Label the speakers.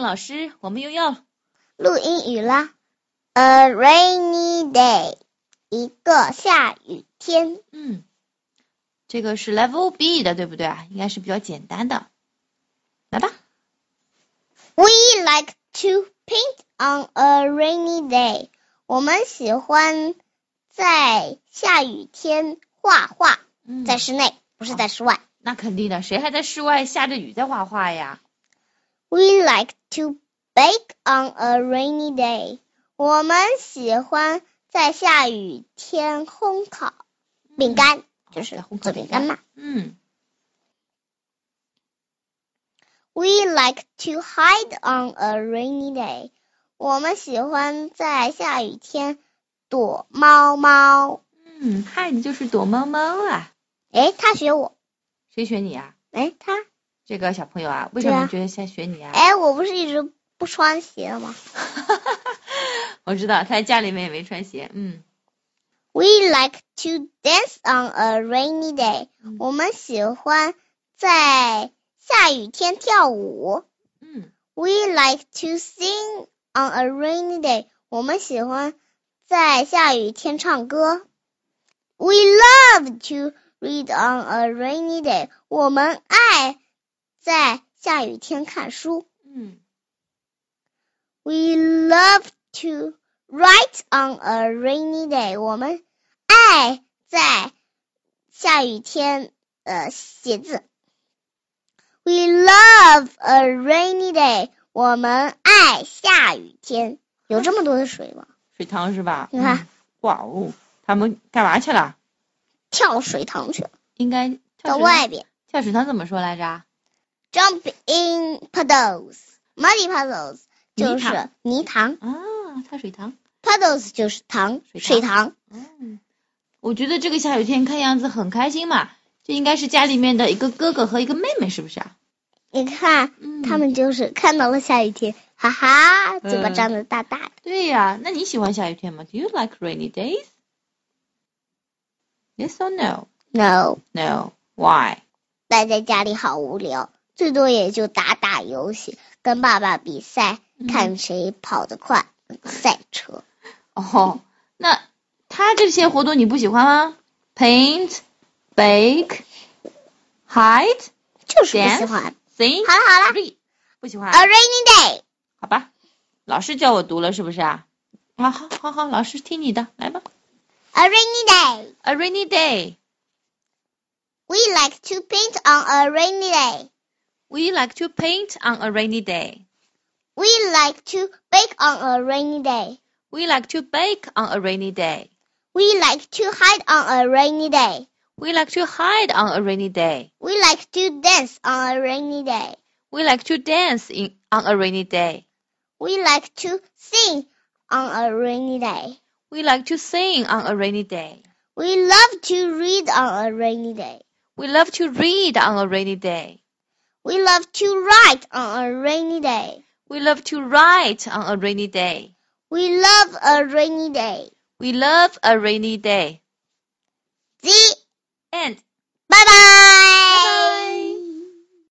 Speaker 1: 老师，我们又要
Speaker 2: 录英语啦。A rainy day，一个下雨天。
Speaker 1: 嗯，这个是 Level B 的，对不对啊？应该是比较简单的。来吧，
Speaker 2: We like to paint on a rainy day，我们喜欢在下雨天画画，
Speaker 1: 嗯，
Speaker 2: 在室内，不是在室外。
Speaker 1: 那肯定的，谁还在室外下着雨在画画呀？
Speaker 2: We like to bake on a rainy day，我们喜欢在下雨天烘烤饼干，就是
Speaker 1: 嗯在烘烤
Speaker 2: 做饼干嘛。
Speaker 1: 嗯，
Speaker 2: We like to hide on a rainy day。我们喜欢在下雨天躲猫猫。
Speaker 1: 嗯，hide 就是躲猫猫啊。
Speaker 2: 诶，他学我。
Speaker 1: 谁学你啊？
Speaker 2: 诶，他。
Speaker 1: 这个小朋友啊，为什
Speaker 2: 对
Speaker 1: 么
Speaker 2: 啊
Speaker 1: 觉得在学你啊？
Speaker 2: 诶，我不是一直不穿鞋吗
Speaker 1: 我知道他在家里面也没穿鞋。嗯
Speaker 2: ？We like to dance on a rainy day
Speaker 1: 嗯。
Speaker 2: 我们喜欢在下雨天跳舞。
Speaker 1: 嗯
Speaker 2: We like to sing on a rainy day。我们喜欢在下雨天唱歌。We love to read on a rainy day。我们爱在下雨天看书。
Speaker 1: 嗯
Speaker 2: We love to write on a rainy day。我们爱在下雨天呃写字。We love a rainy day。我们爱下雨天。有这么多的水吗？
Speaker 1: 水塘是吧？
Speaker 2: 你看
Speaker 1: 嗯哇哦，他们干嘛去了？
Speaker 2: 跳水塘去了，
Speaker 1: 应该跳
Speaker 2: 到
Speaker 1: 水
Speaker 2: 外边。
Speaker 1: 跳水塘怎么说来着？
Speaker 2: Jump in puddles, muddy puddles
Speaker 1: 泥
Speaker 2: 就
Speaker 1: 塘
Speaker 2: 是泥塘
Speaker 1: 啊，跳水塘。
Speaker 2: ，puddles 就是塘，
Speaker 1: 水塘
Speaker 2: 水塘。
Speaker 1: 嗯，我觉得这个下雨天看样子很开心嘛，这应该是家里面的一个哥哥和一个妹妹，是不是啊？
Speaker 2: 你看，
Speaker 1: 嗯，
Speaker 2: 他们就是看到了下雨天，哈哈，
Speaker 1: 嗯
Speaker 2: 嘴巴张得大大的。
Speaker 1: 对呀、那你喜欢下雨天吗？Do you like rainy days? Yes or no?
Speaker 2: No，
Speaker 1: No. Why?
Speaker 2: 待在家里好无聊，最多也就打打游戏，跟爸爸比赛，
Speaker 1: 嗯
Speaker 2: 看谁跑得快，赛车。
Speaker 1: 哦，那他这些活动你不喜欢吗？Paint, bake, hide,
Speaker 2: 就是不
Speaker 1: Dance
Speaker 2: 喜欢。
Speaker 1: sing,
Speaker 2: 好了好了
Speaker 1: read，不喜欢啊
Speaker 2: ，A rainy day。
Speaker 1: 好吧，老师教我读了是不是啊？啊，好好好，老师听你的，来吧。
Speaker 2: A rainy day.
Speaker 1: A rainy day.
Speaker 2: We like to paint on a rainy day.
Speaker 1: We like to paint on a rainy day.
Speaker 2: We like to bake on a rainy day.
Speaker 1: We like to bake on a rainy day.
Speaker 2: We like to hide on a rainy day.
Speaker 1: We like to hide on a rainy day.
Speaker 2: We like to dance on a rainy day.
Speaker 1: We like to dance in on a rainy day.
Speaker 2: We like to sing on a rainy day.
Speaker 1: We like to sing on a rainy day.
Speaker 2: We love to read on a rainy day.
Speaker 1: We love to read on a rainy day.
Speaker 2: We love to write on a rainy day.
Speaker 1: We love to write on a rainy day.
Speaker 2: We love a rainy day.
Speaker 1: We love a rainy day.
Speaker 2: See,
Speaker 1: And
Speaker 2: bye bye.